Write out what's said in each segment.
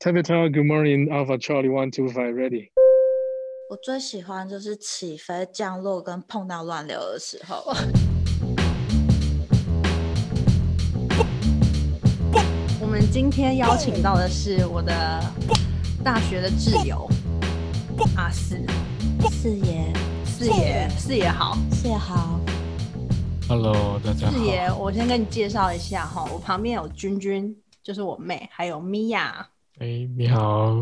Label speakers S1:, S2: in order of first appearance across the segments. S1: Tapetal, good morning, Alpha Charlie One Two Five, ready。
S2: 我最喜欢就是起飞、降落跟碰到乱流的时候。
S3: 我们今天邀请到的是我的大学的挚友阿四，
S2: 四爷，
S3: 四爷，四爷好，
S2: 谢豪，
S4: Hello，大家好
S3: 四。爷，我先跟你介绍一下哈，我旁边有君君，就是我妹，还有米娅。
S4: 哎、你好，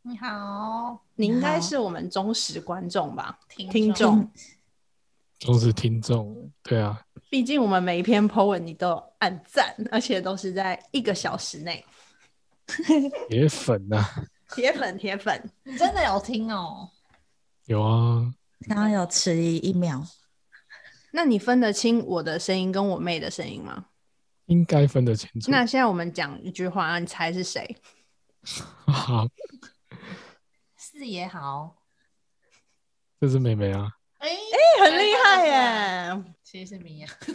S5: 你好，
S3: 你应该
S2: 好
S3: 是我们忠实观众吧，
S5: 听
S3: 听
S5: 众
S3: 众。
S4: 忠实听众。对啊，
S3: 毕竟我们每一篇 po 文你都有按赞，而且都是在一个小时 内，
S4: 铁粉呐、啊，
S3: 铁粉铁粉。
S5: 你真的有听哦？
S4: 有啊，
S2: 刚刚有迟疑一秒，
S3: 嗯那你分得清我的声音跟我妹的声音吗？
S4: 应该分得清楚。
S3: 那现在我们讲一句话，你猜是谁？
S4: 好，
S5: 四爷好，
S4: 这是妹妹啊，
S5: 哎、
S3: 你很厉害耶！
S5: 其实是米啊娅，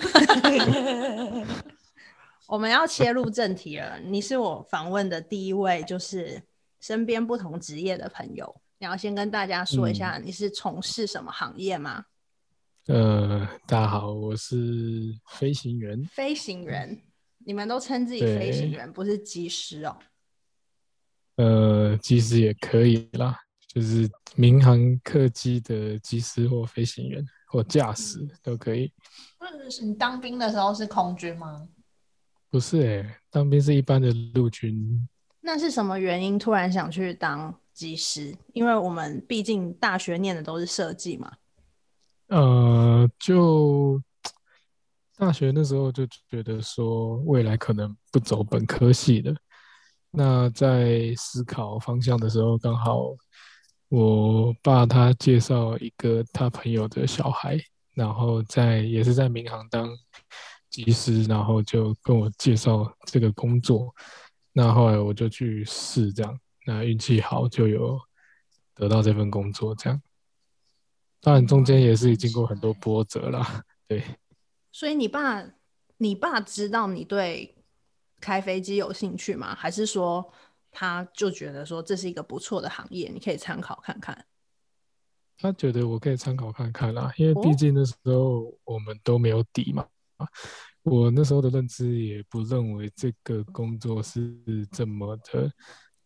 S3: 我们要切入正题了。你是我访问的第一位，就是身边不同职业的朋友。你要先跟大家说一下，你是从事什么行业吗？
S4: 呃，大家好，我是飞行员。
S3: 飞行员，你们都称自己飞行员，不是机师哦。
S4: 呃，其实也可以啦，就是民航客机的机师或飞行员或驾驶都可以。
S5: 不是你当兵的时候是空军吗？
S4: 不是哎、当兵是一般的陆军。
S3: 那是什么原因突然想去当机师？因为我们毕竟大学念的都是设计嘛。
S4: 呃，就大学那时候就觉得说，未来可能不走本科系的。那在思考方向的时候，刚好我爸他介绍一个他朋友的小孩，然后在也是在民航当技师，然后就跟我介绍这个工作。那后来我就去试，这样，那运气好就有得到这份工作，这样。当然中间也是经过很多波折啦，对，
S3: 所以你爸，你爸知道你对开飞机有兴趣吗？还是说他就觉得说这是一个不错的行业，你可以参考看看？
S4: 他觉得我可以参考看看啦，因为
S3: 哦
S4: 毕竟那时候我们都没有底嘛。我那时候的认知也不认为这个工作是这么的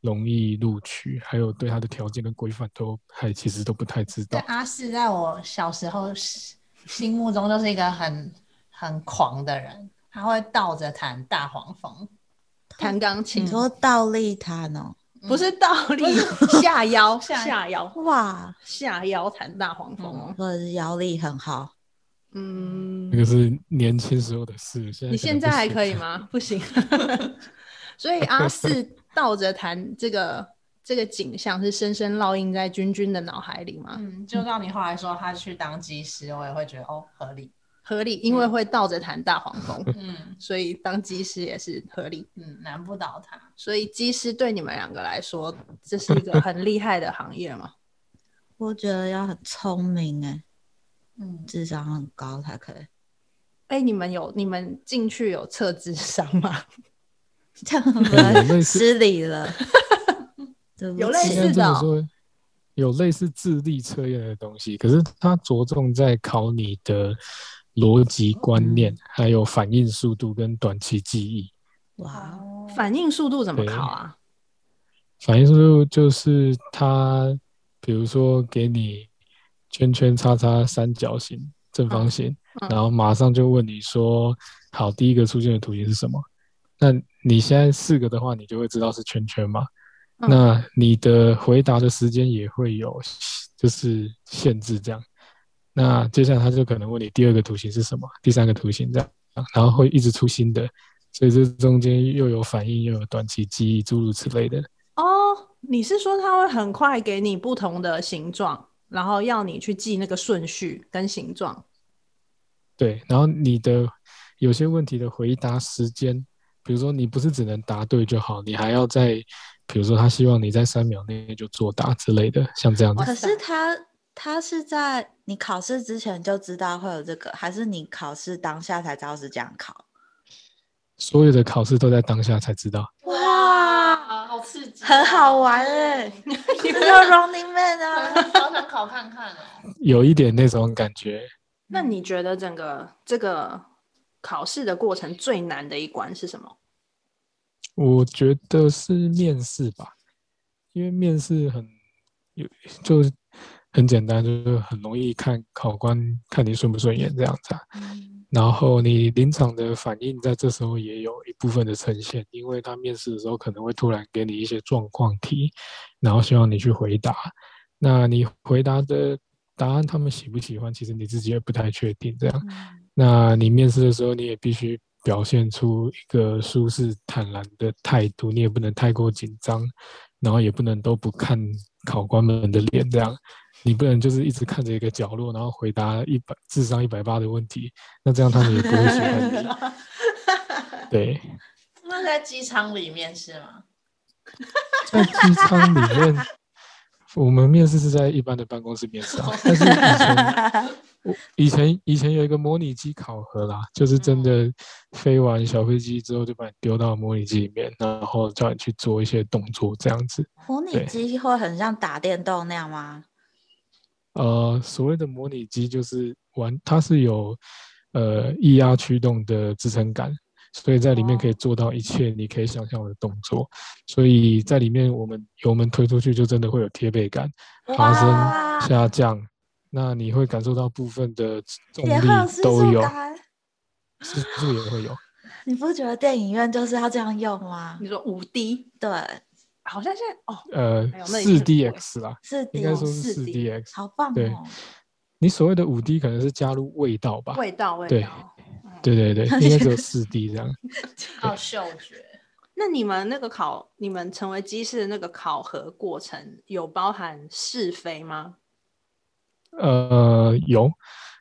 S4: 容易录取，还有对他的条件跟规范都还其实都不太知
S5: 对，
S4: 道。
S5: 阿四在我小时候心心目中就是一个很很狂的人，他会倒着弹大黄蜂，
S3: 弹钢琴
S2: 你说倒立弹哦，
S3: 嗯不是倒立，下腰，
S5: 下
S3: 下腰，
S2: 哇，
S3: 下腰弹大黄蜂哦。
S2: 或者是腰力很好，
S3: 嗯
S4: 那，个是年轻时候的事，现在
S3: 你现在还可以
S4: 吗？
S3: 吗？不行。 所以阿四倒着弹这个这个景象是深深烙印在君君的脑海里吗？
S5: 嗯，就到你后来说他去当机师，我也会觉得哦合理，
S3: 合理，因为会倒着弹大黄蜂。
S5: 嗯
S3: 所以当机师也是合理。
S5: 嗯，难不倒他。
S3: 所以机师对你们两个来说，这是一个很厉害的行业嘛？
S2: 我觉得要很聪明哎，
S5: 嗯，
S2: 智商很高才可以。
S3: 哎、你们有你们进去有测智商吗？
S2: 这样我
S4: 有类
S2: 们
S4: 似
S2: 失礼 了，对不
S3: 有类
S2: 起
S4: 应该
S3: 似
S4: 这
S3: 的
S4: 么
S3: 哦
S4: 说，有类似智力测验的东西，可是它着重在考你的逻辑观念，
S3: 嗯
S4: 还有反应速度跟短期记忆。
S2: 哇，
S5: 哦
S3: 反应速度怎么考啊？
S4: 反应速度就是它，比如说给你圈圈、叉叉、三角形、正方形，
S3: 嗯嗯
S4: 然后马上就问你说：“好，第一个出现的图形是什么？”那你现在四个的话，你就会知道是圈圈嘛。
S3: 嗯
S4: 那你的回答的时间也会有就是限制这样。那接下来他就可能问你第二个图形是什么，第三个图形这样，然后会一直出新的，所以这中间又有反应，又有短期记忆，诸如此类的。
S3: 哦，你是说他会很快给你不同的形状，然后要你去记那个顺序跟形状？
S4: 对，然后你的有些问题的回答时间，比如说你不是只能答对就好，你还要在，比如说他希望你在三秒内就作答之类的，像这样
S3: 哇
S4: 子。
S2: 可
S3: 塞
S2: 是他他是在你考试之前就知道会有这个，还是你考试当下才知道是这样考？
S4: 所有的考试都在当下才知道，
S5: 哇，好刺激，哦
S2: 很好玩哎、这叫 Running Man 啊！
S5: 好想考看看哦。
S4: 有一点那种感觉。
S3: 那你觉得整个这个考试的过程最难的一关是什么？
S4: 我觉得是面试吧，因为面试很有就很简单，就是很容易看考官看你顺不顺眼这样子、啊。然后你临场的反应在这时候也有一部分的呈现，因为他面试的时候可能会突然给你一些状况题，然后希望你去回答。那你回答的答案他们喜不喜欢，其实你自己也不太确定这样。那你面试的时候，你也必须表现出一个舒适坦然的态度，你也不能太过紧张，然后也不能都不看考官们的脸这样。你不能就是一直看着一个角落，然后回答一百智商一百八的问题，那这样他们也不会喜欢你。对，
S5: 那在机场里面是吗？
S4: 在机舱里面，我们面试是在一般的办公室面试啊，但是以前我以前以前有一个模拟机考核啦，就是真的飞完小飞机之后就把你丢到模拟机里面，然后叫你去做一些动作这样子。
S2: 模拟
S4: 对
S2: 机会很像打电动那样吗？
S4: 呃，所谓的模拟机就是玩，它是有呃液压驱动的支撑杆，所以在里面可以做到一切你可以想象的动作。所以在里面，我们油门推出去就真的会有贴背感，爬
S2: 哇
S4: 升下降，那你会感受到部分的重
S2: 也会有
S4: 力
S2: 失
S4: 都
S2: 速
S4: 有，
S2: 感，
S4: 是不是也会有？
S2: 你不觉得电影院就是要这样用吗？
S3: 你说五 D，
S2: 对，
S3: 好像现在哦，
S4: 呃
S3: 哎，呦那
S4: 四
S3: 已经很贵
S4: DX 啦，
S2: 是
S4: 应该
S2: 的
S3: 哦，
S4: 说是四
S3: 4D
S4: DX。
S2: 好棒
S4: 对
S2: 哦！
S4: 你所谓的五 D 可能是加入味道吧？
S3: 味道味
S4: 对
S3: 道。
S4: 对对对，应该只有四 D 这样。
S5: 靠哦嗅觉，
S3: 那你们那个考，你们成为机师的那个考核过程有包含是非吗？
S4: 呃，有，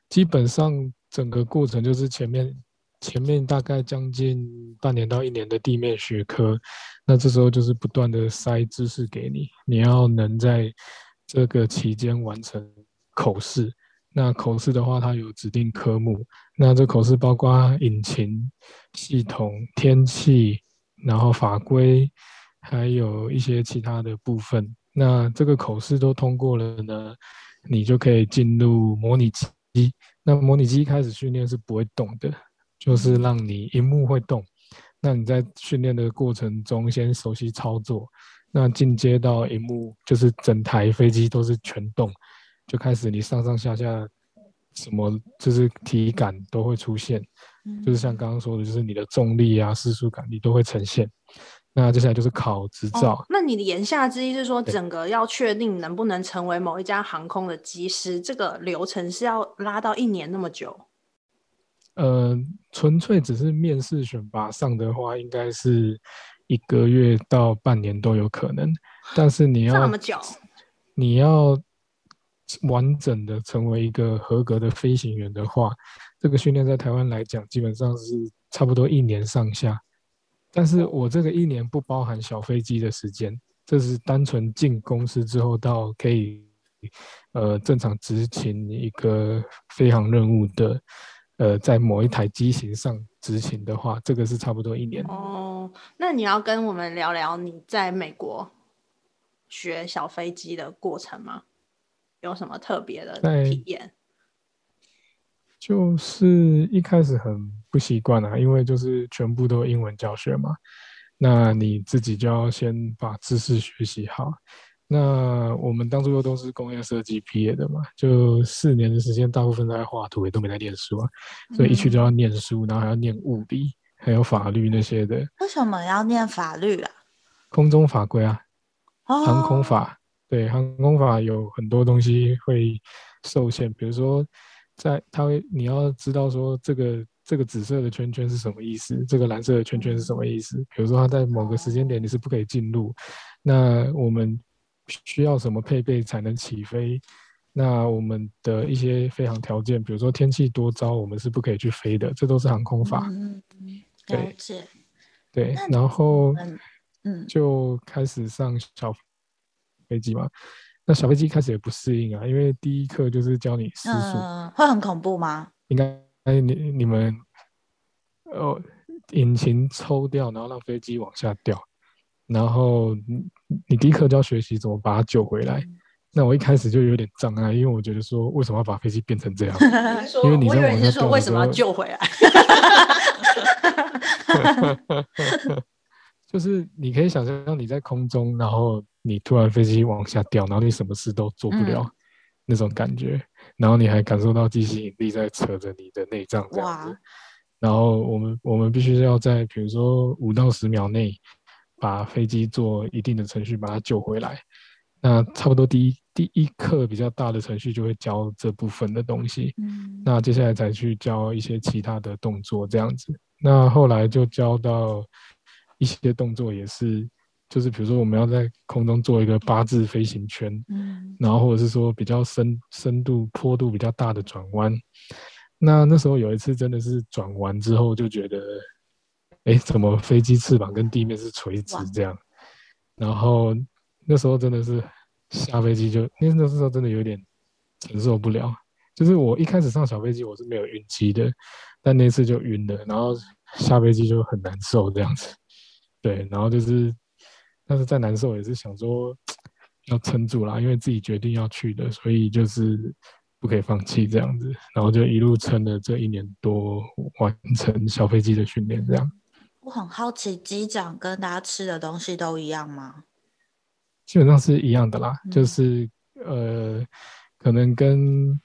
S4: 基本上整个过程就是前面前面大概将近半年到一年的地面学科，那这时候就是不断的塞知识给你，你要能在这个期间完成口试。那口试的话，它有指定科目，那这口试包括引擎、系统、天气，然后法规，还有一些其他的部分。那这个口试都通过了呢，你就可以进入模拟机。那模拟机一开始训练是不会动的，就是让你荧幕会动。那你在训练的过程中先熟悉操作，那进阶到荧幕就是整台飞机都是全动，就开始你上上下下什么就是体感都会出现。
S2: 嗯
S4: 就是像刚刚说的，就是你的重力啊、失速感，你都会呈现。那接下来就是考执照，
S3: 哦，那你的言下之意是说，
S4: 对
S3: 整个要确定能不能成为某一家航空的机师，这个流程是要拉到一年那么久？
S4: 呃，纯粹只是面试选拔上的话，应该是一个月到半年都有可能。但是你
S3: 这
S4: 要
S3: 么久？
S4: 你要完整的成为一个合格的飞行员的话，这个训练在台湾来讲，基本上是差不多一年上下。但是我这个一年不包含小飞机的时间，这是单纯进公司之后到可以呃正常执行一个飞行任务的，呃，在某一台机型上执行的话，这个是差不多一年。
S3: 哦，那你要跟我们聊聊你在美国学小飞机的过程吗？有什么特别的
S4: 在
S3: 体验？
S4: 就是一开始很不习惯啊，因为就是全部都英文教学嘛，那你自己就要先把知识学习好。那我们当初又都是工业设计毕业的嘛，就四年的时间，大部分都在画图，也都没在念书啊，所以一去就要念书，然后还要念物理，还有法律那些的，
S2: 为什么要念法律啊？
S4: 空中法规啊，
S2: 哦，
S4: 航空法，对，航空法有很多东西会受限，比如说在它会你要知道说这个这个紫色的圈圈是什么意思，这个蓝色的圈圈是什么意思。比如说它在某个时间点你是不可以进入，那我们需要什么配备才能起飞？那我们的一些飞行条件，比如说天气多糟，我们是不可以去飞的，这都是航空法。
S2: 嗯，嗯了
S4: 对
S2: 解。
S4: 对
S2: 那，
S4: 然后
S2: 嗯嗯，
S4: 就开始上小飞机嘛。那小飞机开始也不适应啊，因为第一课就是教你失速，
S2: 嗯，会很恐怖吗？
S4: 应该哎你你们哦，引擎抽掉，然后让飞机往下掉，然后你你第一课就要学习怎么把它救回来。那我一开始就有点障碍，因为我觉得说为什么要把飞机变成这样？
S5: 你是说
S4: 因为你
S3: 我
S4: 在
S3: 以为
S4: 网
S3: 你是
S4: 上
S3: 说
S4: 掉
S3: 为
S4: 的
S3: 什
S4: 时
S3: 么要
S4: 候
S3: 救回来？
S4: 就是你可以想象你在空中，然后你突然飞机往下掉，然后你什么事都做不了、那种感觉，然后你还感受到地心引力在扯着你的内脏这样子
S2: 哇。
S4: 然后我们我们必须要在比如说五到十秒内把飞机做一定的程序把它救回来。那差不多第一第一课比较大的程序就会教这部分的东西。
S2: 嗯
S4: 那接下来才去教一些其他的动作这样子。那后来就教到一些动作也是，就是比如说我们要在空中做一个八字飞行圈，
S2: 嗯
S4: 然后或者是说比较深深度坡度比较大的转弯。那那时候有一次真的是转完之后就觉得，哎，怎么飞机翅膀跟地面是垂直
S2: 哇
S4: 这样？然后那时候真的是下飞机就，那那时候真的有点承受不了。就是我一开始上小飞机我是没有晕机的，但那次就晕了，然后下飞机就很难受这样子。对，然后就是，但是再难受也是想说要撑住啦，因为自己决定要去的，所以就是不可以放弃这样子，然后就一路撑了这一年多，完成小飞机的训练这样。
S2: 我很好奇，机长跟大家吃的东西都一样吗？
S4: 基本上是一样的啦，就
S2: 嗯
S4: 是呃，可能跟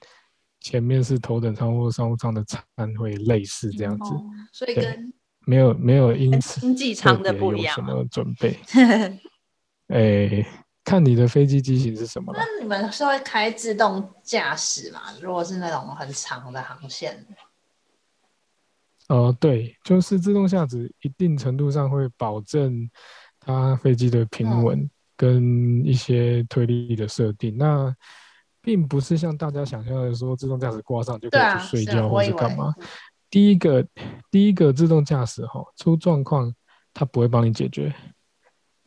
S4: 前面是头等舱或商务舱的餐会类似这样子，
S3: 所以
S4: 对
S3: 跟
S4: 没有没有因此
S3: 经济
S4: 特
S3: 舱的
S4: 别
S3: 不
S4: 有
S3: 一样啊
S4: 什
S3: 吗
S4: 么准备。 诶，看你的飞机机型是什么啦。
S5: 那你们是会开自动驾驶吗？如果是那种很长的航线，
S4: 呃，对，就是自动下指一定程度上会保证它飞机的平
S5: 嗯
S4: 稳跟一些推力的设定。那并不是像大家想象的说自动驾驶挂上就可
S5: 对
S4: 以
S5: 啊，
S4: 去睡
S5: 是啊
S4: 觉
S5: 我
S4: 或
S5: 以
S4: 是
S5: 为
S4: 干嘛。第一个，第一个自动驾驶哈、出状况它不会帮你解决，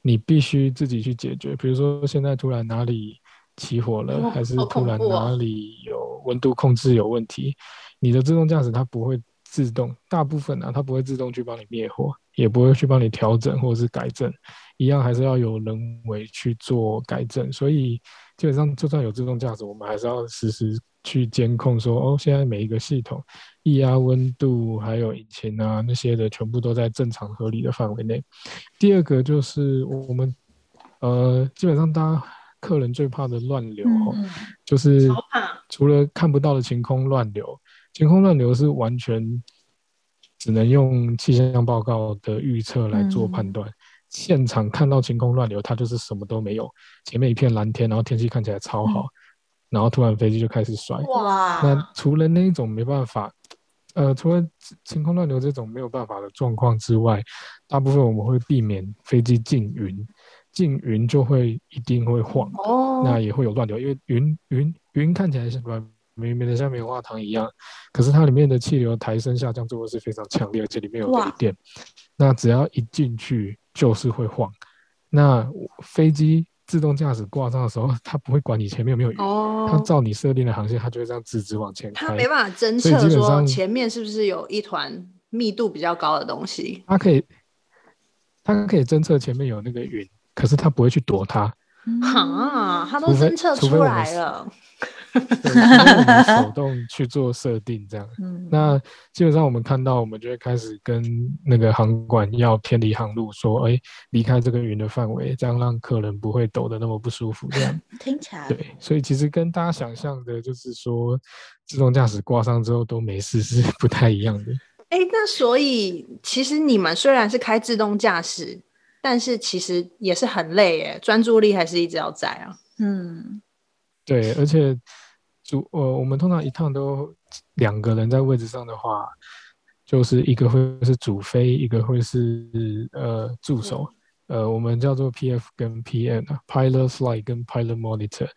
S4: 你必须自己去解决。比如说现在突然哪里起火了，
S5: 哦
S4: 还是
S5: 好
S4: 突
S5: 恐
S4: 然
S5: 怖哦
S4: 哪里有温度控制有问题，你的自动驾驶它不会自动，大部分啊它不会自动去帮你灭火，也不会去帮你调整或者是改正，一样还是要有人为去做改正。所以基本上就算有自动驾驶，我们还是要实时去监控说，哦，现在每一个系统液压、温度还有引擎啊那些的，全部都在正常合理的范围内。第二个就是我们呃，基本上大家客人最怕的乱流哦，
S5: 嗯，
S4: 就是
S3: 超怕
S4: 除了看不到的晴空乱流，晴空乱流是完全只能用气象报告的预测来做判
S2: 嗯
S4: 断。现场看到晴空乱流，它就是什么都没有，前面一片蓝天，然后天气看起来超好，然后突然飞机就开始甩。
S5: 哇，
S4: 那除了那一种没办法，呃，除了晴空乱流这种没有办法的状况之外，大部分我们会避免飞机进云，进云就会一定会晃，那
S3: 哦，
S4: 也会有乱流，因为云云云看起来像软绵绵的，像棉花糖一样，可是它里面的气流抬升下降作用是非常强烈，而且里面有雷
S2: 哇
S4: 电，那只要一进去就是会晃。那飞机自动驾驶挂上的时候，它不会管你前面有没有云，它
S3: 哦，
S4: 照你设定的航线，它就会这样直直往前
S3: 他
S4: 开。
S3: 没办法侦
S4: 所以
S3: 测
S4: 基本
S3: 说
S4: 上
S3: 前面是不是有一团密度比较高的东西。
S4: 它可以，它可以侦测前面有那个云，可是它不会去躲它。
S2: 嗯
S3: 哈，他都
S4: 除非
S3: 侦测
S4: 除非
S3: 出
S4: 我们
S3: 来
S4: 是
S3: 了，
S4: 对，因为我们 手动去做设定这样。
S2: 嗯，
S4: 那基本上我们看到，我们就会开始跟那个航管要偏离航路，说，哎，离开这个云的范围，这样让客人不会抖得那么不舒服。这 样，
S2: 听起来
S4: 对，所以其实跟大家想象的，就是说，自动驾驶挂上之后都没事是不太一样的。
S3: 哎、那所以其实你们虽然是开自动驾驶，但是其实也是很累耶，专注力还是一直要在啊。
S2: 嗯
S4: 对，而且主呃，我们通常一趟都两个人在位置上的话，就是一个会是主飞，一个会是呃助手，呃，我们叫做 PF 跟 PM 啊，Pilot Flight 跟 Pilot Monitor。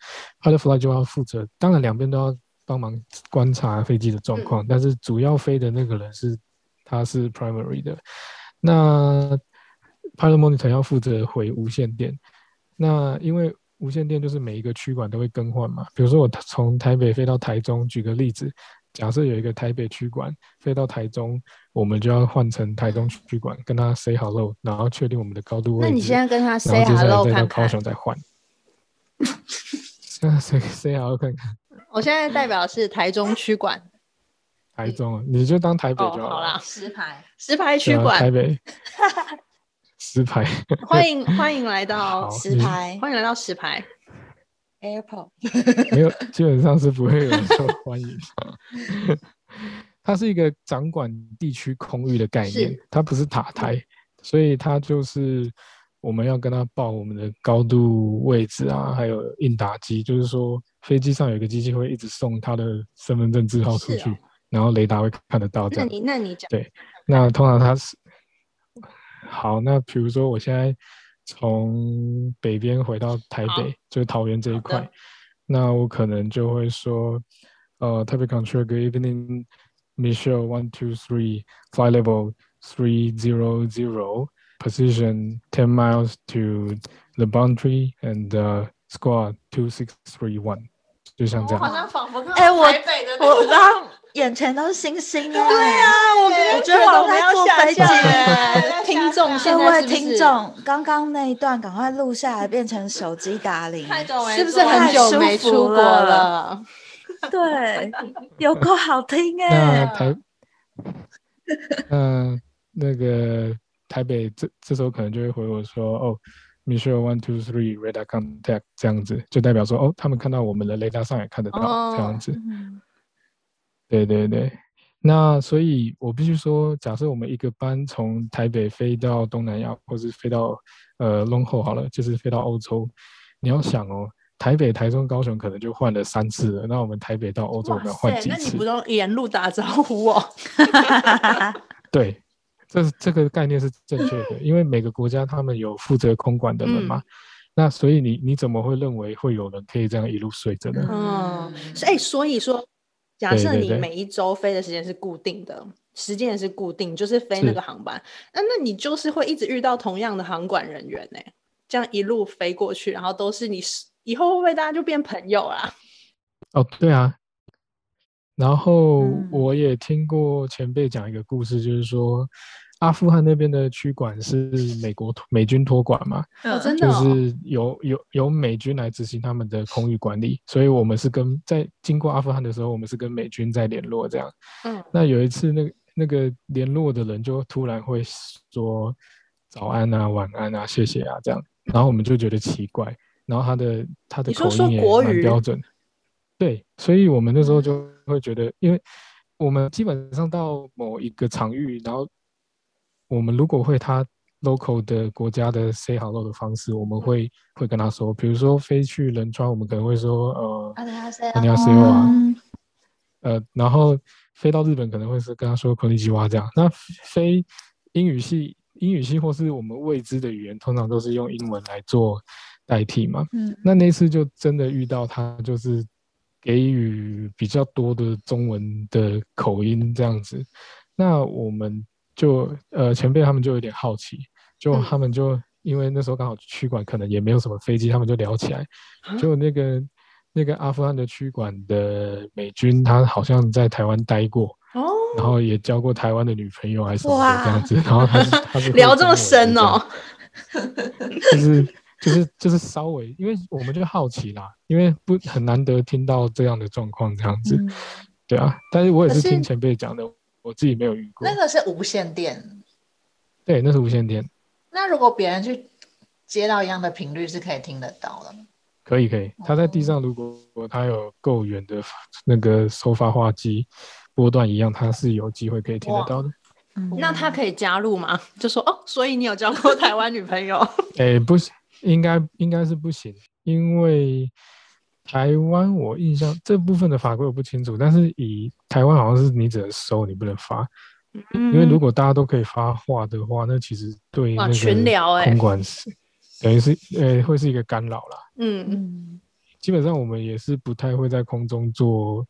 S4: Pilot Flight 就要负责，当然两边都要帮忙观察飞机的状况，但是主要飞的那个人是他是 primary 的，那 Pilot Monitor 要负责回无线电。那因为无线电就是每一个区管都会更换嘛，比如说我从台北飞到台中，举个例子，假设有一个台北区馆飞到台中，我们就要换成台中区馆跟他 say hello，然后确定我们的高度位
S3: 那
S4: 置。
S3: 你现在跟他
S4: 然
S3: say
S4: 后接下
S3: hello
S4: 来再到
S3: 看
S4: 高
S3: 看。
S4: 雄再 换。现在 say say hello 看看
S3: 我现在代表是台中区馆，
S4: 台中啊，你就当台北
S3: 哦，
S4: 就好了。
S3: 好啦，
S5: 石牌，
S3: 石牌
S4: 对
S3: 区
S4: 啊
S3: 馆
S4: 台， 北石牌。
S3: 欢迎欢迎来到
S4: 好，
S2: 石
S4: 哦你
S2: 牌
S3: 欢迎来到石牌。
S2: AirPort，
S4: 没有，基本上是不会有人受欢 迎。它是一个掌管地区空域的概念
S3: 是，嗯
S4: 它不是塔台，所以它就是我们要跟它报我们的高度、位置啊，还有应答机，就是说飞机上有一个机器会一直送它的身份证字号出
S3: 是
S4: 去，
S3: 哦
S4: 然后雷达会看得到这
S3: 那
S4: 样。
S3: 你那你讲，
S4: 那通常它是好，那比如说我现在从北边回到台
S3: 好
S4: 北，就是桃园这一
S3: 好的
S4: 块，那我可能就会说，呃，台北 control good evening Michelle one two three fly level three zero zero position ten miles to the boundary and uh, squad two six three one，就像这
S5: 我好
S4: 样，
S5: 像仿佛看
S2: 哎
S5: 到
S2: 我
S5: 台北的那
S2: 我
S5: 个
S2: 刚眼前都是星星哎、对啊，
S3: 我
S2: 我觉得我们要下架
S5: 了
S3: 听众现
S2: 各
S3: 在
S2: 位
S3: 是不是
S2: 听，众，刚刚那一段赶快录下来，变成手机打铃。
S5: 太久没
S3: 是不是
S5: 做了
S3: 很久没
S2: 太舒
S3: 出
S2: 服
S3: 国
S2: 了
S3: 了？
S2: 对，有够好听哎、
S4: 那 台，那那个台北这这时候可能就会回我说，哦，Michelle one two three radar contact 这样子，就代表说，哦，他们看到我们的雷达上也看得到、这样
S3: 哦
S4: 子。
S2: 嗯
S4: 对对对，那所以我必须说，假设我们一个班从台北飞到东南亚，或是飞到呃 long haul 好了，就是飞到欧洲，你要想哦。台北、台中、高雄可能就换了三次了，那我们台北到欧洲我们要换几次？
S3: 那你不用沿路打招呼哦？
S4: 对，这是这个概念是正确的，因为每个国家他们有负责空管的人嘛，
S3: 嗯
S4: 那所以你你怎么会认为会有人可以这样一路睡着呢？
S3: 嗯，是哎，所以说，假
S4: 对
S3: 设
S4: 对
S3: 你
S4: 对
S3: 每一周飞的时间是固定的，时间也是固定，就是飞那
S4: 是
S3: 个航班，那那你就是会一直遇到同样的航管人员呢、这样一路飞过去，然后都是你是，以后会不会大家就变朋友啊啦？
S4: 哦，对啊。然后
S2: 嗯
S4: 我也听过前辈讲一个故事，就是说阿富汗那边的区管是美国托美军托管嘛，
S3: 哦，
S5: 嗯
S3: 真的、
S4: 就
S3: 哦，
S4: 是由由由美军来执行他们的空域管理，所以我们是跟在经过阿富汗的时候，我们是跟美军在联络这样。
S3: 嗯，
S4: 那有一次那个那个联络的人就突然会说早安啊、晚安啊、谢谢啊这样，然后我们就觉得奇怪，然后他的他的
S3: 你
S4: 口
S3: 说说
S4: 音也
S3: 国
S4: 蛮
S3: 语
S4: 标准的，对，所以我们那时候就会觉得，因为我们基本上到某一个场域，然后我们如果会他 local 的国家的 say hello 的方式，我们会会跟他说，比如说飞去仁川，我们可能会说呃
S5: 啊，等一下谁
S4: 안녕하세요啊，
S2: 嗯
S4: 呃，然后飞到日本可能会是跟他说“こんにちは”这样。那飞英语系、英语系或是我们未知的语言，通常都是用英文来做代替嘛。
S2: 嗯，
S4: 那那次就真的遇到他，就是给予比较多的中文的口音这样子。那我们就呃前辈他们就有点好奇，就
S3: 嗯
S4: 他们就、因为那时候刚好区管可能也没有什么飞机，他们就聊起来，就那个那个阿富汗的区管的美军，他好像在台湾待过。
S3: 哦，
S4: 然后也交过台湾的女朋友还是什么的
S2: 哇
S4: 这样子，然后他是他 是会
S3: 聊这么
S4: 中文
S3: 深
S4: 的
S3: 哦，
S4: 就是就是就是稍微，因为我们就好奇啦，因为不很难得听到这样的状况这样子，
S2: 嗯
S4: 对啊。但是我也
S3: 可
S4: 是
S3: 是
S4: 听前辈讲的，我自己没有遇过。
S5: 那个是无线电，
S4: 对，那是无线电，
S5: 那如果别人去接到一样的频率，是可以听得到的吗。
S4: 可以可
S3: 哦
S4: 以。他在地上，如果他有够远的那个收发话机波段一样，他是有机会可以听得
S5: 哇
S4: 到的。
S3: 那他可以加入吗？就说哦，所以你有交过台湾女朋 友？
S4: 诶，不行，应该应该是不行，因为台湾我印象这部分的法规我不清楚，但是以台湾好像是你只能收，你不能发，
S3: 因
S4: 因为如果大家都可以发话的话，那其实对
S3: 嗯哇
S4: 那
S3: 群聊
S4: 个
S3: 欸
S4: 空管是等于是呃会是一个干扰啦。
S3: 嗯，
S2: 嗯
S4: 基本上我们也是不太会在空中做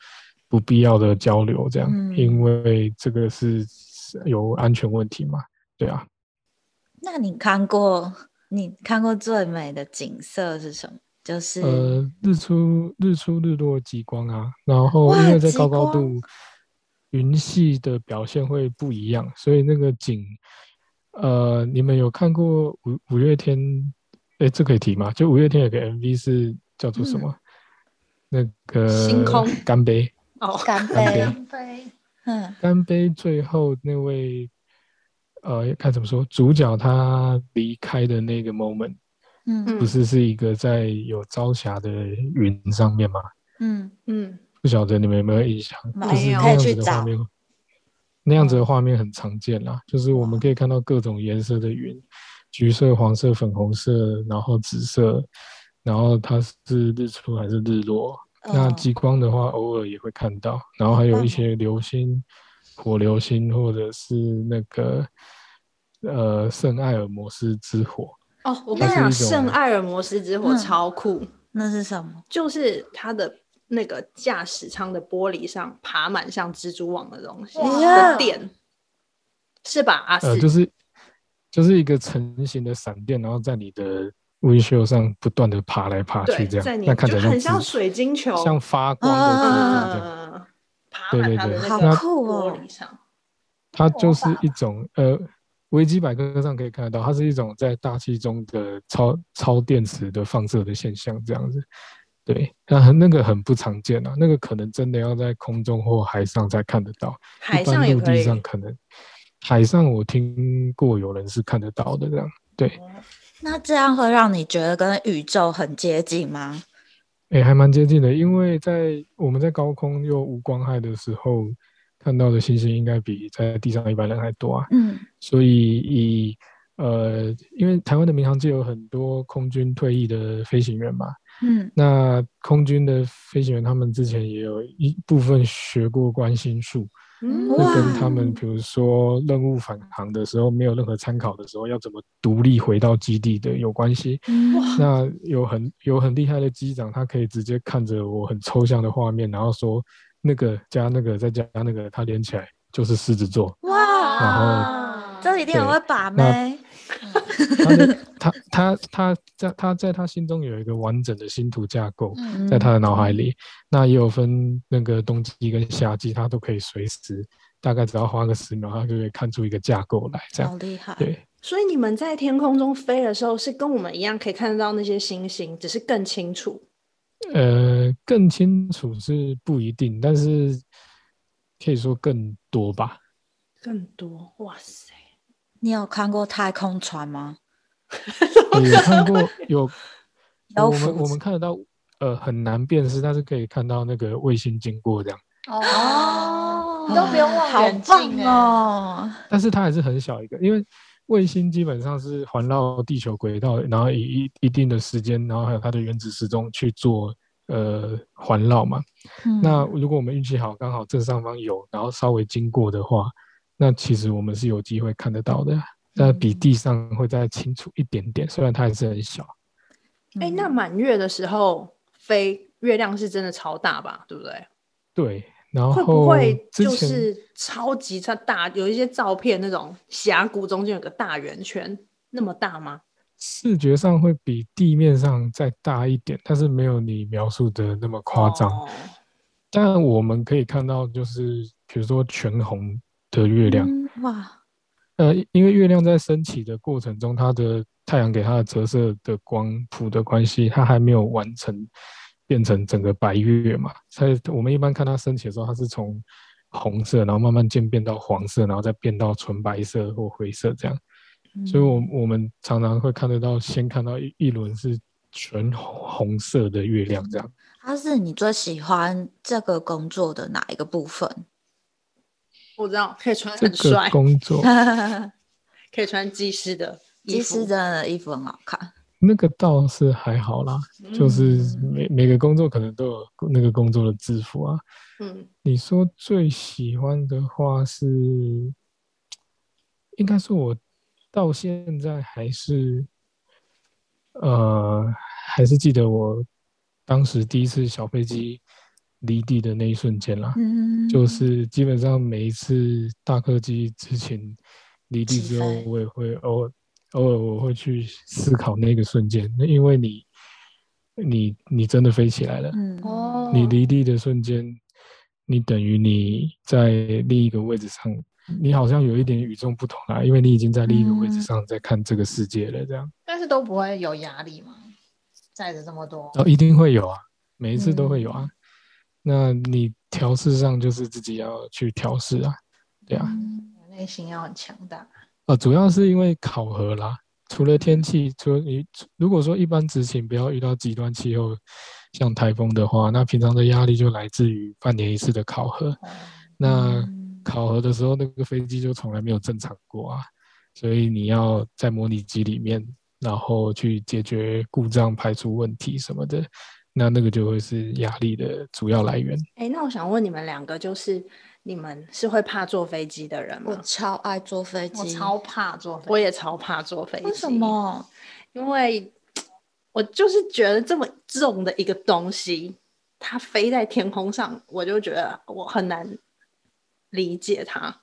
S4: 不必要的交流，这样，
S5: 嗯
S4: 因为这个是是有安全问题嘛，对啊。
S2: 那你看过你看过最美的景色是什么？就是
S4: 呃
S2: 嗯
S4: 呃，日出、日出、日落、极光啊，然后因
S2: 哇
S4: 为在
S2: 极
S4: 高高
S2: 光
S4: 度，云系的表现会不一样，所以那个景，呃，你们有看过五五月天？哎，这可以提吗？就五月天有个 MV 是叫做
S2: 嗯
S4: 什么？那个
S3: 星空
S4: 干杯，
S3: 哦，
S2: 干
S4: 干
S2: 杯，
S4: 杯
S5: 对，
S2: 嗯
S4: 干杯。最后那位，呃，该怎么说？主角他离开的那个 moment，
S2: 嗯
S4: 不是是一个在有朝霞的云上面吗？
S2: 嗯，
S3: 嗯，
S4: 不晓得你们有没有印象？
S2: 没
S4: 就是
S3: 有
S4: 那样
S2: 可以
S4: 子
S2: 去
S4: 的
S2: 找
S4: 画面，那样子的画面很常见啦。就是我们可以看到各种颜色的云，橘色、黄色、粉红色，然后紫色，然后它是日出还是日落？那
S2: 哦
S4: 极光的话，偶尔也会看到，然后还有一些流星、火流星，或者是那个呃圣埃尔摩斯之火。
S3: 哦，我
S4: 它
S3: 跟
S4: 是
S3: 你讲，
S4: 一种
S3: 圣埃尔摩斯之火
S2: 嗯
S3: 超酷，
S2: 那是什么？
S3: 就是它的那个驾驶舱的玻璃上爬满像蜘蛛网的东西
S5: 哇
S3: 的电，是吧？阿四、
S4: 呃，就是就是一个成型的闪电，然后在你的 windshield 上不断的爬来爬
S3: 对，
S4: 去，这
S3: 在
S4: 样
S3: 你
S4: 那看起来
S3: 就很
S4: 蜘
S3: 像水晶球，
S4: 像发光的
S2: 嗯
S4: 蜘
S2: 嗯
S4: 蛛这样。
S3: 嗯，爬满它的
S4: 对对对
S3: 那
S2: 那
S3: 个
S2: 好酷哦
S3: 玻璃上，
S4: 它
S3: 嗯
S4: 就是一种呃，维基百科上可以看得到，它是一种在大气中的超超电磁的放射的现象，这样子。对，那很那个很不常见啊，那个可能真的要在空中或海上才看得到，
S3: 海
S4: 一般
S3: 上也
S4: 陆
S3: 可
S4: 地
S3: 以。
S4: 上可能。海上我听过有人是看得到的，这样对，
S2: 那这样会让你觉得跟宇宙很接近吗？
S4: 诶，还蛮接近的，因为在我们在高空又无光害的时候，看到的星星应该比在地上一般人还多啊。
S2: 嗯
S4: 所以以呃，因为台湾的民航界有很多空军退役的飞行员嘛，
S2: 嗯
S4: 那空军的飞行员他们之前也有一部分学过观星术，
S3: 嗯
S4: 会
S2: 哇
S4: 跟他们比如说任务返航的时候没有任何参考的时候，要怎么独立回到基地的有关系。
S2: 嗯
S4: 那有很有很厉害的机长，他可以直接看着我很抽象的画面，然后说那个加那个再加那个，他连起来就是狮子座。然
S2: 哇，
S4: 后
S2: 这一定很
S4: 对
S2: 会把
S4: 那
S2: 妹。
S4: 他就他他他在他在他心中有一个完整的星图架构，
S5: 嗯，
S4: 在他的脑海里。那也有分那个冬季跟夏季，他都可以随时大概只要花个十秒，他就可以看出一个架构来。这
S2: 好
S4: 样
S2: 厉害，
S4: 对，
S3: 所以你们在天空中飞的时候，是跟我们一样可以看得到那些星星，只是更清楚。
S4: 呃，更清楚是不一定，但是可以说更多吧。
S3: 更多，哇塞！
S2: 你有看过太空船吗？
S4: 有看过 有，
S2: 妖
S4: 我们
S2: 服
S4: 我们看得到，呃，很难辨识，但是可以看到那个卫星经过这样，
S5: 哦，你都不用望
S2: 好
S5: 远
S2: 棒
S5: 镜哎，
S2: 哦！
S4: 但是它还是很小一个，因为卫星基本上是环绕地球轨道，然后以一一定的时间，然后还有它的原子时钟去做呃环绕嘛。
S2: 嗯
S4: 那如果我们运气好，刚好正上方有，然后稍微经过的话，那其实我们是有机会看得到的，那比地上会再清楚一点点，虽然它还是很小。
S3: 哎、
S2: 嗯
S3: 那满月的时候飞，月亮是真的超大吧？对不对？
S4: 对，然后
S3: 会不会
S4: 哦之
S3: 就
S4: 前
S3: 是超级超大？有一些照片那种峡谷中间有个大圆圈，那么大吗？
S4: 视觉上会比地面上再大一点，但是没有你描述的那么夸张。
S3: 哦
S4: 但我们可以看到，就是比如说全红的月亮，
S2: 嗯哇，
S4: 呃，因为月亮在升起的过程中，它的太阳给它的折射的光谱的关系，它还没有完成变成整个白月嘛。所以我们一般看它升起的时候，它是从红色，然后慢慢渐变到黄色，然后再变到纯白色或灰色这样。
S2: 嗯
S4: 所以我，我们常常会看得到，先看到一一轮是全红红色的月亮这样。
S2: 阿是你最喜欢这个工作的哪一个部分？
S3: 我知道，可以穿
S4: 这
S3: 很
S4: 个
S3: 帅，
S4: 工 作，
S3: 可以穿技师的衣
S2: 其
S3: 服
S2: 实真的衣服很好看，
S4: 那个倒是还好啦，就是
S2: 嗯
S4: 每每个工作可能都有那个工作的制服啊。
S3: 嗯，
S4: 你说最喜欢的话是，应该是我到现在还是，呃，还是记得我当时第一次小飞机离地的那一瞬间啦。
S2: 嗯，
S4: 就是基本上每一次大客机之前离地之后
S2: 起，飞
S4: 我也会偶尔偶尔我会去思考那个瞬间，那因为你你你真的飞起来了，
S2: 嗯
S3: 哦
S4: 你离地的瞬间，你等于你在另一个位置上，你好像有一点与众不同啦，因为你已经在另一个位置
S2: 嗯
S4: 上在看这个世界了，这样，
S5: 但是都不会有压力嘛，载着这么多，
S4: 哦，一定会有啊，每一次都
S2: 嗯
S4: 会有啊。那你调试上就是自己要去调试啊，对啊。
S5: 嗯内心要很强大。
S4: 呃，主要是因为考核啦，除了天气，除了你如果说一般执勤不要遇到极端气候，像台风的话，那平常的压力就来自于半年一次的考核。
S5: 哦
S4: 那
S5: 嗯
S4: 考核的时候，那个飞机就从来没有正常过啊，所以你要在模拟机里面，然后去解决故障、排除问题什么的，那那个就会是压力的主要来源。
S3: 哎，那我想问你们两个，就是你们是会怕坐飞机的人
S2: 我
S3: 吗？
S2: 超爱坐飞机，
S5: 我超怕坐飞机，
S3: 我也超怕坐飞机，
S2: 为什？么？
S3: 因为我就是觉得这么重的一个东西，它飞在天空上，我就觉得我很难理解它。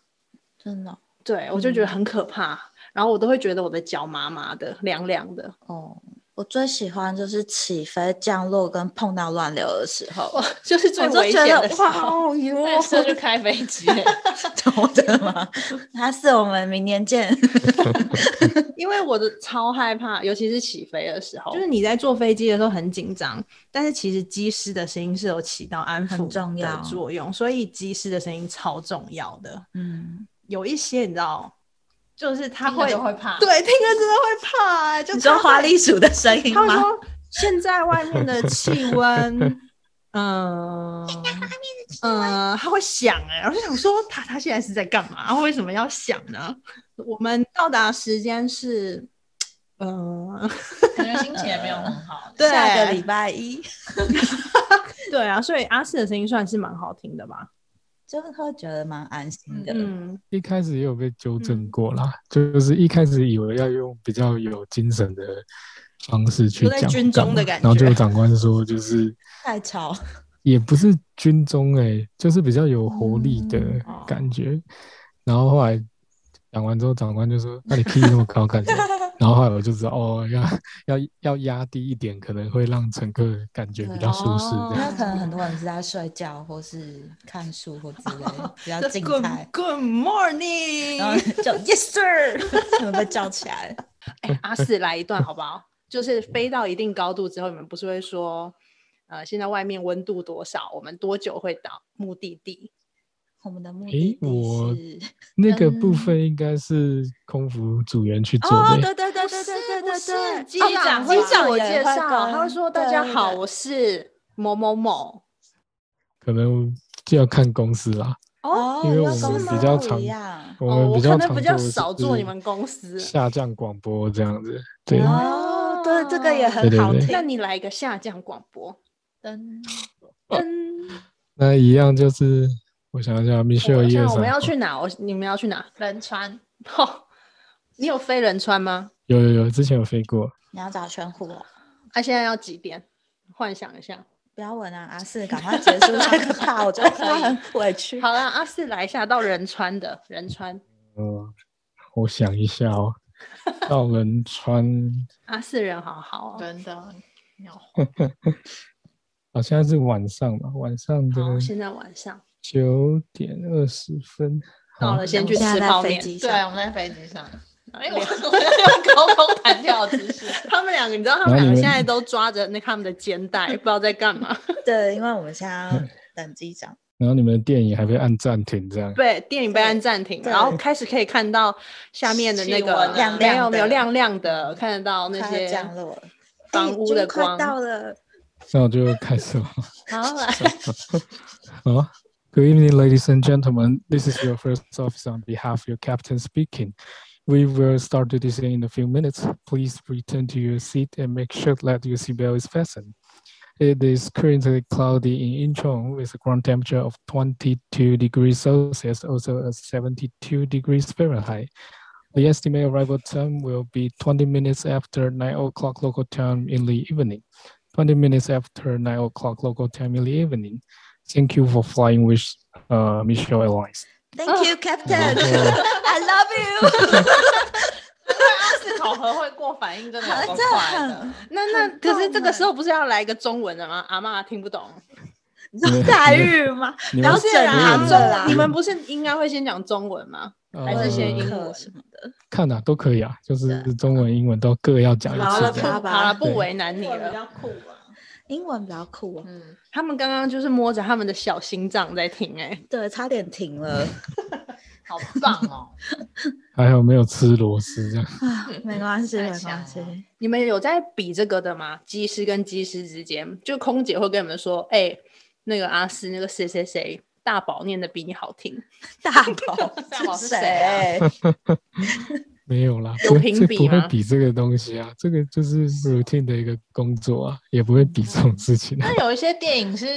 S2: 真的
S3: 对我就觉得很可怕，然后我都会觉得我的脚麻麻的、凉凉的。
S2: 哦，我最喜欢就是起飞、降落跟碰到乱流的时候，
S3: 哇，就是最
S2: 我就
S3: 危
S2: 觉
S3: 险
S2: 得
S3: 的时
S2: 哇，
S3: 候，
S2: 好油 哦
S5: 那你，适合去开飞机
S3: 哦
S5: 耶，
S2: 懂的吗？他是我们明年见。
S3: 因为我的超害怕，尤其是起飞的时候，就是你在坐飞机的时候很紧张，但是其实机师的声音是有起到安
S2: 很重
S3: 抚
S2: 要
S3: 的作用，所以机师的声音超重要的。
S2: 嗯，
S3: 有一些你知道，就是他
S5: 他
S3: 会
S5: 会会怕。
S3: 对，听了真的会怕、欸，就
S2: 你说
S3: 他会
S2: 花栗鼠的声音
S3: 他会
S2: 吗？
S3: 说现在外面的气 温，嗯嗯，他会响哎、欸，我就想说他他现在是在干嘛？为什么要响呢？我们到达时间是，嗯，
S5: 可能心情也没有很 好。
S3: 对
S2: 下个礼拜一
S3: 对啊，所以阿四的声音算是蛮好听的吧？
S2: 就会觉得蛮安心的。
S3: 嗯，
S4: 一开始也有被纠正
S3: 嗯
S4: 过啦，就是一开始以为要用比较有精神的方式去
S3: 有在
S4: 讲，
S3: 军中的感
S4: 然后就
S3: 觉
S4: 有长官说，就是
S2: 太吵，
S4: 也不是军中哎、就是比较有活力的
S2: 嗯
S3: 哦
S4: 感觉。然后后来讲完之后，长官就说：“那你 key 那么高干什么？” 然后后来我就知道，哦，要要要压低一点，可能会让乘客感觉比较舒适
S3: 哦
S4: 这样。
S2: 因为可能很多人是在睡觉或是看书或之类的，比 较静
S3: Good
S2: 态。
S3: Good
S2: 然
S3: morning，
S2: 后就 Yes sir，就 被叫起来了。
S3: 哎，阿四来一段好不好？就是飞到一定高度之后，你们不是会说，呃，现在外面温度多少？我们多久会到目的地？
S2: 我们的目
S4: 诶
S2: 的
S4: 我
S2: 地是
S4: 那个部
S2: 嗯
S4: 分应该是空服组员去做
S2: 哦，
S4: 的欸、
S2: 对对对对
S5: 是
S2: 对对
S5: 不
S2: 对
S5: 是
S2: 对，
S5: 机
S2: 哦
S5: 长
S3: 啊
S2: 机
S5: 会
S2: 长
S3: 自我
S2: 也
S3: 介
S2: 会
S3: 绍，他会
S2: 跟
S3: 说：“大家
S2: 对
S3: 好，
S2: 对
S3: 我是某某某。
S4: 可能就要看公司啦。”
S3: 哦，
S4: 因为
S2: 要
S4: 我
S2: 公
S4: 们
S2: 司
S4: 比较
S2: 不
S4: 常
S2: 一样
S4: 我
S3: 哦
S4: 们
S3: 我
S4: 比
S3: 可
S4: 较
S3: 能
S4: 常
S3: 比较
S4: 做的
S3: 少
S4: 就
S3: 做
S4: 是
S3: 你们公司
S4: 下降广播这样子，对，
S2: 哦，对，这个也很
S4: 对对
S2: 好
S4: 对
S2: 听。
S3: 那你来一个下降广播，
S2: 灯
S3: 噔！
S4: 那一样就是我想想，Michelle 一二
S3: 像
S4: 三，
S3: 我们要去哪？我你们要去哪？
S5: 仁川
S3: 哦，你有飞人川吗？
S4: 有有有，之前有飞过，
S2: 你要找全虎了，
S3: 啊，现在要几点？幻想一下。
S2: 不要问啊，阿四，赶快结束这 个怕，我觉得他很委屈。
S3: 好了，阿四来一下到仁川的仁川，
S4: 嗯，我想一下 哦，到仁川，
S3: 阿四人好好哦。
S5: 真的你好
S4: 好像啊是晚上吧，晚上的
S3: 好，现在晚上
S4: 九点二十分，
S3: 到
S4: 好
S3: 了，先去
S2: 现在
S3: 吃
S2: 在
S3: 泡
S2: 飞
S3: 面。
S2: 机
S5: 对，
S2: 上，
S5: 我们在飞机上，哎，我
S3: 我
S5: 我用高空弹跳的姿势，
S3: 他们两个，你知道他
S4: 然
S3: 们
S4: 后
S3: 两
S4: 你
S3: 个
S4: 们
S3: 现在都抓着那他们的肩带，不知道在干嘛。
S2: 对，因为我们现在要等机长，
S4: 然后你们的电影还被按暂停这样，
S3: 对，电影被按暂停，
S2: 对
S3: 然后开始可以看到下面的那
S5: 气温
S3: 个
S5: 啊
S2: 亮
S3: 没有
S2: 亮的
S3: 没有亮亮的，看得到那
S2: 快要
S3: 些
S2: 降落了，
S3: 房
S2: 哎
S3: 屋
S2: 就
S3: 的
S2: 快
S3: 光。
S2: 到了。
S4: 那我就开始了。
S3: 好来，
S4: Well, good evening, ladies and gentlemen. This is your first officer on behalf of your captain speaking. We will start the decision in a few minutes. Please return to your seat and make sure that your seatbelt is fastened. It is currently cloudy in Incheon with a ground temperature of 22 degrees Celsius, also a 72 degrees Fahrenheit. The estimated arrival time will be 20 minutes after 9 o'clock local time in the evening. 20 minutes after 9 o'clock local time in the evening. Thank you for flying with uh, Michelle Airlines.
S2: Thank you, Captain.
S4: 然后
S2: I love you.
S5: 二次考核会过反啊应真的有够快
S2: 真的
S5: 的，
S3: 那那
S2: 很
S3: 可是
S2: 痛
S3: 这个时
S2: 欸
S3: 候不是要来一个中文的吗？阿妈听不懂，
S2: 你知道
S4: 对
S2: 台语吗？
S4: 你
S2: 了
S4: 们
S2: 不解是啦
S3: 啊
S2: 不是啦
S3: 中，你们不是应该会先讲中文吗？还是先英
S4: 呃、
S3: 文
S2: 什么的，
S4: 看啊，都可以啊，就是
S2: 对
S4: 中文、英文都各要讲一
S3: 好了，
S4: 次
S3: 不
S4: 这
S2: 啪
S4: 样。
S2: 好吧
S3: 好了，不
S4: 对
S3: 为难你
S5: 比
S3: 了。
S5: 较酷啊。
S2: 英文比较酷哦。
S5: 嗯，
S3: 他们刚刚就是摸着他们的小心脏在听、哎，
S2: 对，差点停了
S5: 好棒哦！
S4: 还好没有吃螺丝这样。
S2: 啊，没关系，
S5: 太
S2: 没
S5: 强
S2: 关系
S5: 了。
S3: 你们有在比这个的吗？机师跟机师之间，就空姐会跟你们说，哎、那个阿斯，那个谁谁谁，大宝念的比你好听，
S2: 大宝
S5: 大宝是
S2: 谁
S5: 谁？
S4: 没有啦，
S3: 有
S4: 不会
S3: 评
S4: 这
S3: 比
S4: 不
S3: 吗
S4: 会比这个东西啊，这个就是 routine 的一个工作啊，也不会比这种事情、啊。
S5: 那有一些电影是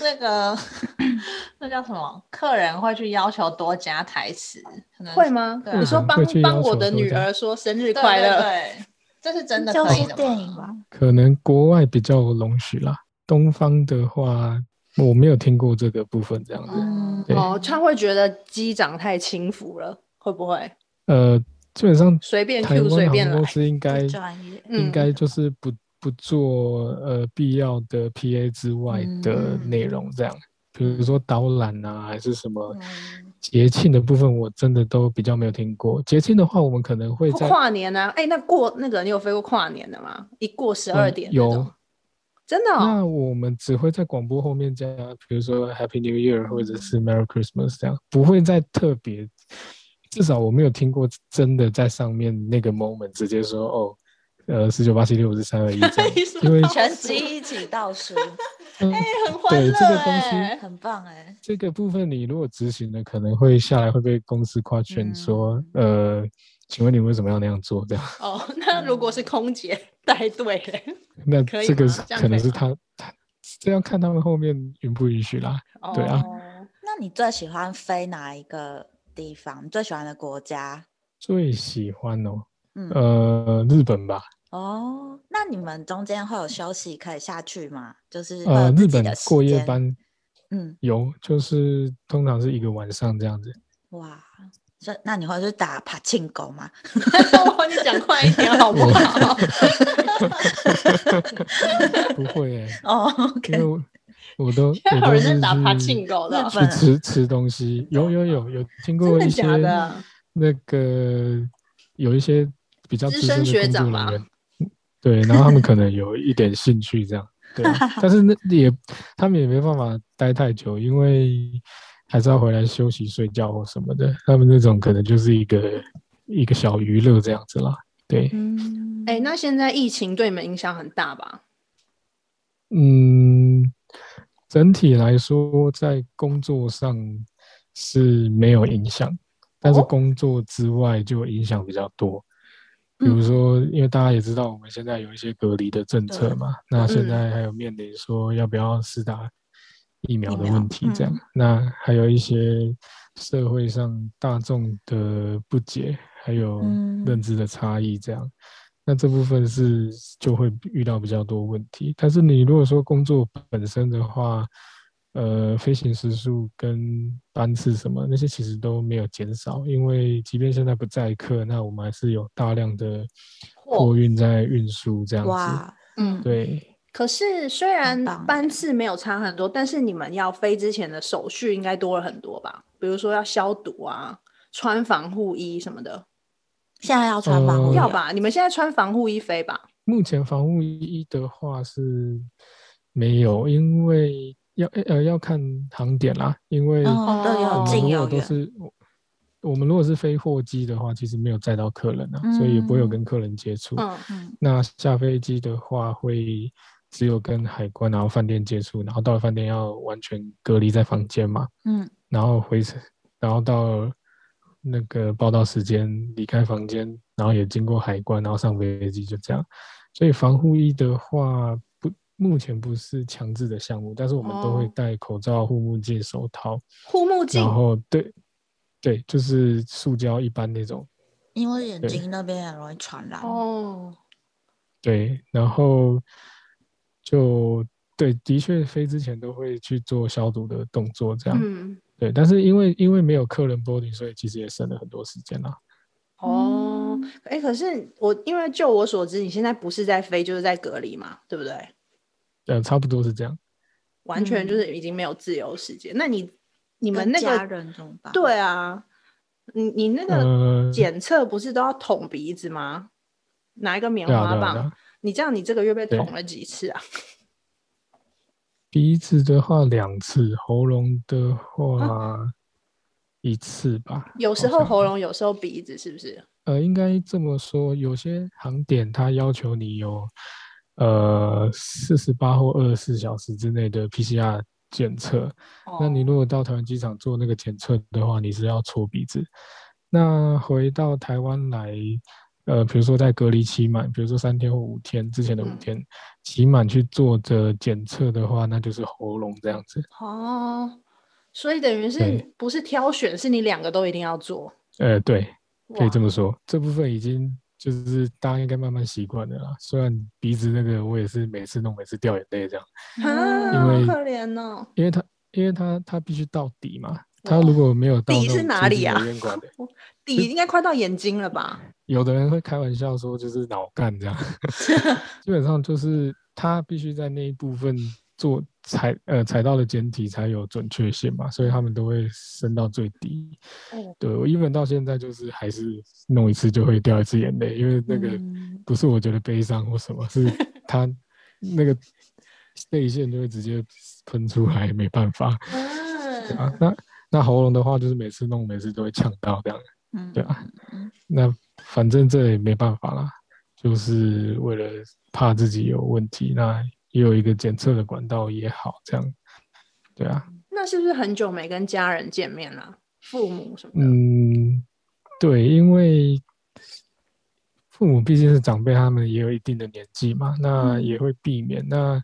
S5: 那个 那叫什么，客人会去要求多加台词，可能
S3: 会吗？
S5: 对啊
S3: 你说
S4: 嗯
S3: 帮
S4: 会去
S3: 帮
S4: 要
S3: 我
S4: 求
S3: 的
S4: 多
S3: 女
S4: 加
S3: 儿说生日
S5: 对
S3: 快乐，
S5: 对对这是真的
S2: 就
S5: 可以
S2: 是
S5: 的吗
S2: 电影吧？
S4: 可能国外比较容许啦，东方的话我没有听过这个部分这样子。
S5: 嗯
S4: 对
S3: 哦，他会觉得机长太轻浮了，会不会
S4: 呃，基本上
S3: 随便
S4: 台
S3: Q
S4: 湾
S3: 随
S4: 航
S3: 便
S4: 空
S3: 来
S4: 公？司应该
S2: 不专业。
S4: 应
S3: 嗯
S4: 该就是不不做呃必要的 PA 之外的
S2: 嗯
S4: 内容这样。比如说导览啊，还是什么
S5: 嗯
S4: 节庆的部分，我真的都比较没有听过。节庆的话，我们可能会在
S3: 跨年啊，哎、那过那个你有飞过跨年的吗？一过十二
S4: 嗯
S3: 点、
S4: 有，
S3: 真的、哦，
S4: 那我们只会在广播后面加，比如说 Happy New Year 或者
S3: 嗯
S4: 是 Merry Christmas 这样，不会再特别。至少我没有听过真的在上面那个 moment 直接说哦，呃，四九八七六五四三二一 这样
S5: 你说，
S4: 因为
S2: 全集 一起倒数，
S3: 哎
S4: 嗯
S5: 很欢乐
S4: 对这个东西
S5: 哎
S2: 很棒哎！
S4: 这个部分你如果执行了，可能会下来会被公司夸圈说，呃，请问你为什么要那样做？这样，
S3: 哦，那如果是空姐带队嘞，
S4: 那
S3: 可以
S4: 这个
S3: 吗
S4: 是
S3: 这样
S4: 可能
S3: 可
S4: 是
S3: 以吗
S4: 他他这要看他们后面允不允许啦。对啊
S3: 哦
S2: 那你最喜欢飞哪一个地方？你最喜欢的国家？
S4: 最喜欢哦，
S2: 嗯，
S4: 呃，日本吧，
S2: 哦，那你们中间会有休息可以下去吗？就是会
S4: 呃
S2: 有，自
S4: 日
S2: 己
S4: 本
S2: 的时
S4: 过夜
S2: 间，
S4: 班
S2: 嗯，
S4: 有，就是通常是一个晚上这样子。
S2: 哇，所以那你会去打帕庆狗吗？
S3: 我你讲快一点 好不 好？
S4: 不会耶、
S2: 哦
S4: 因为
S2: ，OK，
S4: 我我都
S3: 现在
S4: 我
S3: 有
S4: 都
S3: 人
S4: 是
S3: 在打
S4: 去
S3: 爬庆狗的哦，
S2: 日本
S4: 去吃吃东西，有有有有听
S3: 真
S4: 过
S3: 的
S4: 一些
S3: 假的？
S4: 那个有一些比较
S3: 资
S4: 资
S3: 深
S4: 深的
S3: 学
S4: 工
S3: 长
S4: 作
S3: 嘛
S4: 人员，对，然后他们可能有一点兴趣这样， 对啊，但是那也他们也没办法待太久，因为还是要回来休息、睡觉或什么的。他们那种可能就是一个一个小娱乐这样子啦，对，
S2: 嗯，
S3: 哎、那现在疫情对你们影响很大吧？
S4: 嗯，整体来说在工作上是没有影响，但是
S3: 哦
S4: 工作之外就影响比较多。比如
S2: 嗯
S4: 说，因为大家也知道我们现在有一些隔离的政策
S2: 对
S4: 嘛，那现
S3: 嗯
S4: 在还有面临说要不要施打疫苗
S2: 疫
S4: 的
S2: 苗
S4: 问题，这样，
S2: 嗯
S4: 那还有一些社会上大众的不解，还有
S2: 嗯
S4: 认知的差异，这样。那这部分是就会遇到比较多问题。但是你如果说工作本身的话，呃，飞行时数跟班次什么那些其实都没有减少，因为即便现在不载客，那我们还是有大量的货运在运输这样子。
S2: 哇，
S3: 嗯，
S4: 对，
S3: 可是虽然
S2: 很棒
S3: 班次没有差很多，但是你们要飞之前的手续应该多了很多吧？比如说要消毒啊、穿防护衣什么的，
S2: 现在要穿防护
S4: 呃
S2: 衣
S3: 要
S2: 了？
S3: 吧？你们现在穿防护衣飞吧？
S4: 目前防务一的话是没有，因为要呃要看航点啦，因为
S2: 哦，对，
S4: 我
S2: 有
S3: 哦
S4: 们
S2: 近
S4: 如
S2: 有
S4: 果都
S2: 远，
S4: 是我我们如果是飞货机的话，其实没有载到客人啊，所以也不会有
S2: 嗯
S4: 跟客人接触。
S3: 嗯，
S2: 嗯，
S4: 那下飞机的话，会只有跟海关然后饭店接触，然后到了饭店要完全隔离在房间嘛，
S2: 嗯，
S4: 然后回程，然后到那个报到时间离开房间，然后也经过海关，然后上飞机就这样。所以防护衣的话，不目前不是强制的项目，但是我们都会
S3: 哦
S4: 戴口罩、护目镜、手套。
S3: 护目镜
S4: 然后对，对，就是塑胶一般那种，
S2: 因为眼
S4: 对
S2: 睛那边很容易传染。
S3: 哦，
S4: 对，然后就对，的确飞之前都会去做消毒的动作，这样、
S3: 嗯。
S4: 对。但是因为因为没有客人 boarding，所以其实也省了很多时间啦。
S3: 哦，哎、可是我因为就我所知，你现在不是在飞就是在隔离嘛，对不对？
S4: 呃，差不多是这样。
S3: 完全
S2: 嗯
S3: 就是已经没有自由时间。那你
S2: 你
S3: 你们那
S2: 家
S3: 个
S2: 人怎么办？
S3: 对啊，你你那个
S4: 呃，
S3: 检测不是都要捅鼻子吗？拿一个棉
S4: 对啊
S3: 花
S4: 对啊
S3: 棒，
S4: 对啊，
S3: 你这样你这个月被
S4: 对
S3: 捅了几次啊？
S4: 鼻子的话两次，喉咙的话
S3: 啊
S4: 一次吧。
S3: 有时
S4: 好
S3: 候
S4: 像
S3: 喉咙，有时候鼻子，是不是？
S4: 呃，应该这么说，有些航点它要求你有呃四十八或二十四小时之内的 PCR 检测。那
S5: 哦
S4: 你如果到台湾机场做那个检测的话，你是要搓鼻子。那回到台湾来，呃，比如说在隔离期满，比如说三天或五天之前的五
S3: 嗯
S4: 天期满去做的检测的话，那就是喉咙这样子。
S3: 哦，所以等于是
S4: 对
S3: 不是挑选，是你两个都一定要做。
S4: 呃，对，可以这
S3: 哇
S4: 么说，这部分已经就是大家应该慢慢习惯了啦。虽然鼻子那个我也是每次弄，每次掉眼泪这样，
S2: 嗯
S3: 啊，
S4: 因
S3: 好
S4: 为
S3: 可怜哦。
S4: 因为它因为它它必须到底嘛，它
S3: 哇
S4: 如果没有到
S3: 底
S4: 那
S3: 是
S4: 种
S3: 哪
S4: 接
S3: 里
S4: 近
S3: 啊
S4: 美院馆的，
S3: 底应该快到眼睛了吧？
S4: 有的人会开玩笑说就是脑干这样， 基本上就是他必须在那一部分做踩呃踩到的简体才有准确性嘛，所以他们都会升到最低。
S3: 哦
S4: 对我一本到现在就是还是弄一次就会掉一次眼泪，因为那个
S5: 嗯
S4: 不是我觉得悲伤或什么，是他那个泪腺就会直接喷出来，没办法
S3: 嗯
S4: 对啊。那那喉咙的话，就是每次弄每次都会呛到这样。
S2: 嗯，
S4: 对啊，那反正这也没办法啦，就是为了怕自己有问题，那也有一个检测的管道也好，这样，对啊，
S3: 那是不是很久没跟家人见面了？父母什么的？
S4: 嗯，对，因为父母毕竟是长辈，他们也有一定的年纪嘛，那也会避免。那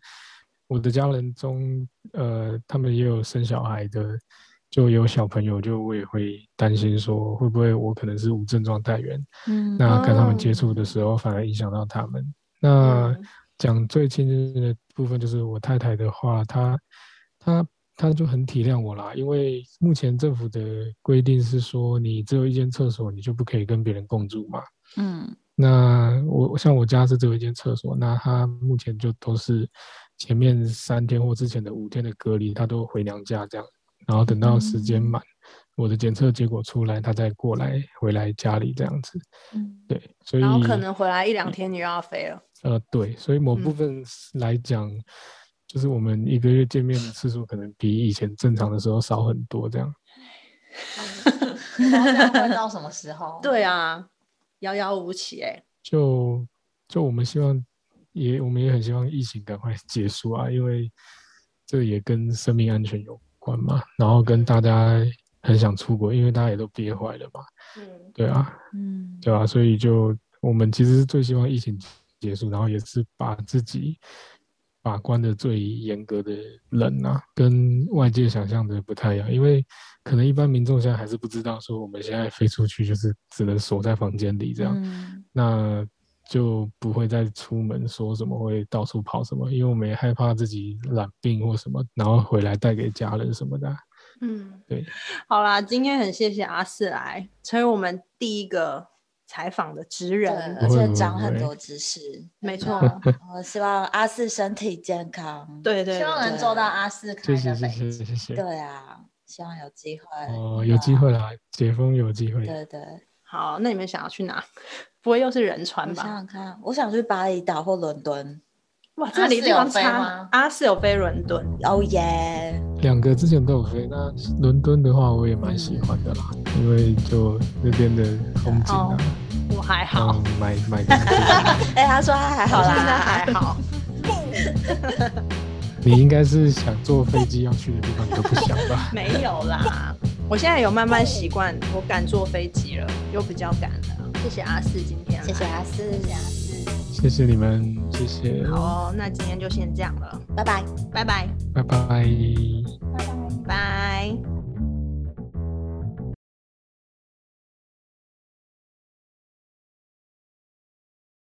S4: 我的家人中，呃，他们也有生小孩的，就有小朋友，就我也会担心说，会不会我可能是无症状带源，
S2: 嗯
S4: 那跟他们接
S3: 哦
S4: 触的时候，反而影响到他们。那
S3: 嗯
S4: 讲最亲近的部分，就是我太太的话，她她她就很体谅我啦，因为目前政府的规定是说，你只有一间厕所，你就不可以跟别人共住嘛。
S2: 嗯
S4: 那我像我家是只有一间厕所，那她目前就都是前面三天或之前的五天的隔离，她都回娘家这样，然后等到时
S3: 嗯
S4: 间满，我的检测结果出来，她再过来回来家里这样子。
S2: 嗯
S4: 对，所以
S3: 然后可能回来一两天你又要飞了。
S4: 呃，对，所以某部
S3: 嗯
S4: 分是来讲，就是我们一个月见面的次数可能比以前正常的时候少很多，这样。
S5: 不知道这样会到什么时
S4: 嗯
S5: 候？
S3: 对啊，遥遥无期哎、
S4: 就就我们希望也我们也很希望疫情赶快 结束啊，因为这也跟生命安全有关嘛，然后跟大家很想出国，因为大家也都憋坏了嘛，
S3: 嗯，
S4: 对啊，
S2: 嗯
S4: 对啊，所以就我们其实是最希望疫情结束，然后也是把自己把关的最严格的人啊，跟外界想象的不太一样，因为可能一般民众现在还是不知道说我们现在飞出去就是只能锁在房间里这样，
S2: 嗯
S4: 那就不会再出门说什么会到处跑什么，因为我们也害怕自己染病或什么，然后回来带给家人什么的啊、
S3: 嗯，
S4: 对。
S3: 好啦，今天很谢谢阿四来成为我们第一个采访的职
S2: 对，而
S3: 人。
S4: 不会
S2: 且
S4: 不会
S2: 长
S4: 不
S2: 很
S4: 会
S2: 多 知识。
S3: 没错，
S2: 我希望阿四身体健康。
S3: 对对
S5: 希望
S3: 对
S5: 能做到阿四开
S4: 谢
S5: 的
S4: 谢谢
S5: 北
S4: 谢
S5: 极
S4: 谢谢，
S2: 对啊，希望有机会。
S4: 哦，有机。会啦，解封有机会。
S2: 对对，
S3: 好，那你们想要去哪？不会又是仁川
S2: 我想
S5: 嗯
S3: 吧？
S2: 想看，我想去巴厘岛或伦敦。
S3: 哇，这里地
S5: 阿
S3: 方
S5: 四有飞
S3: 差
S5: 吗。
S3: 阿四有飞伦敦，
S2: 哦耶！
S4: 两个之前都有飞，那伦敦的话我也蛮喜欢的啦，因为就那边的风景啊，
S3: 我还
S4: 然
S3: 哦好
S4: 后，买买东西，
S2: 哎，他说他 还好
S3: 现在
S2: 啦。
S3: 还好。？
S4: 你应该是想坐飞机要去的地方你都不想吧
S3: 没有啦，我现在有慢慢习惯，我敢坐飞机了，又比较敢了。谢谢阿四今天来，啊
S2: 谢谢阿四，谢谢阿四，
S4: 谢谢你们，谢谢，
S3: 好哦，那今天就先这样了，
S2: 拜拜。
S3: 拜拜，
S4: 拜拜。
S3: 拜。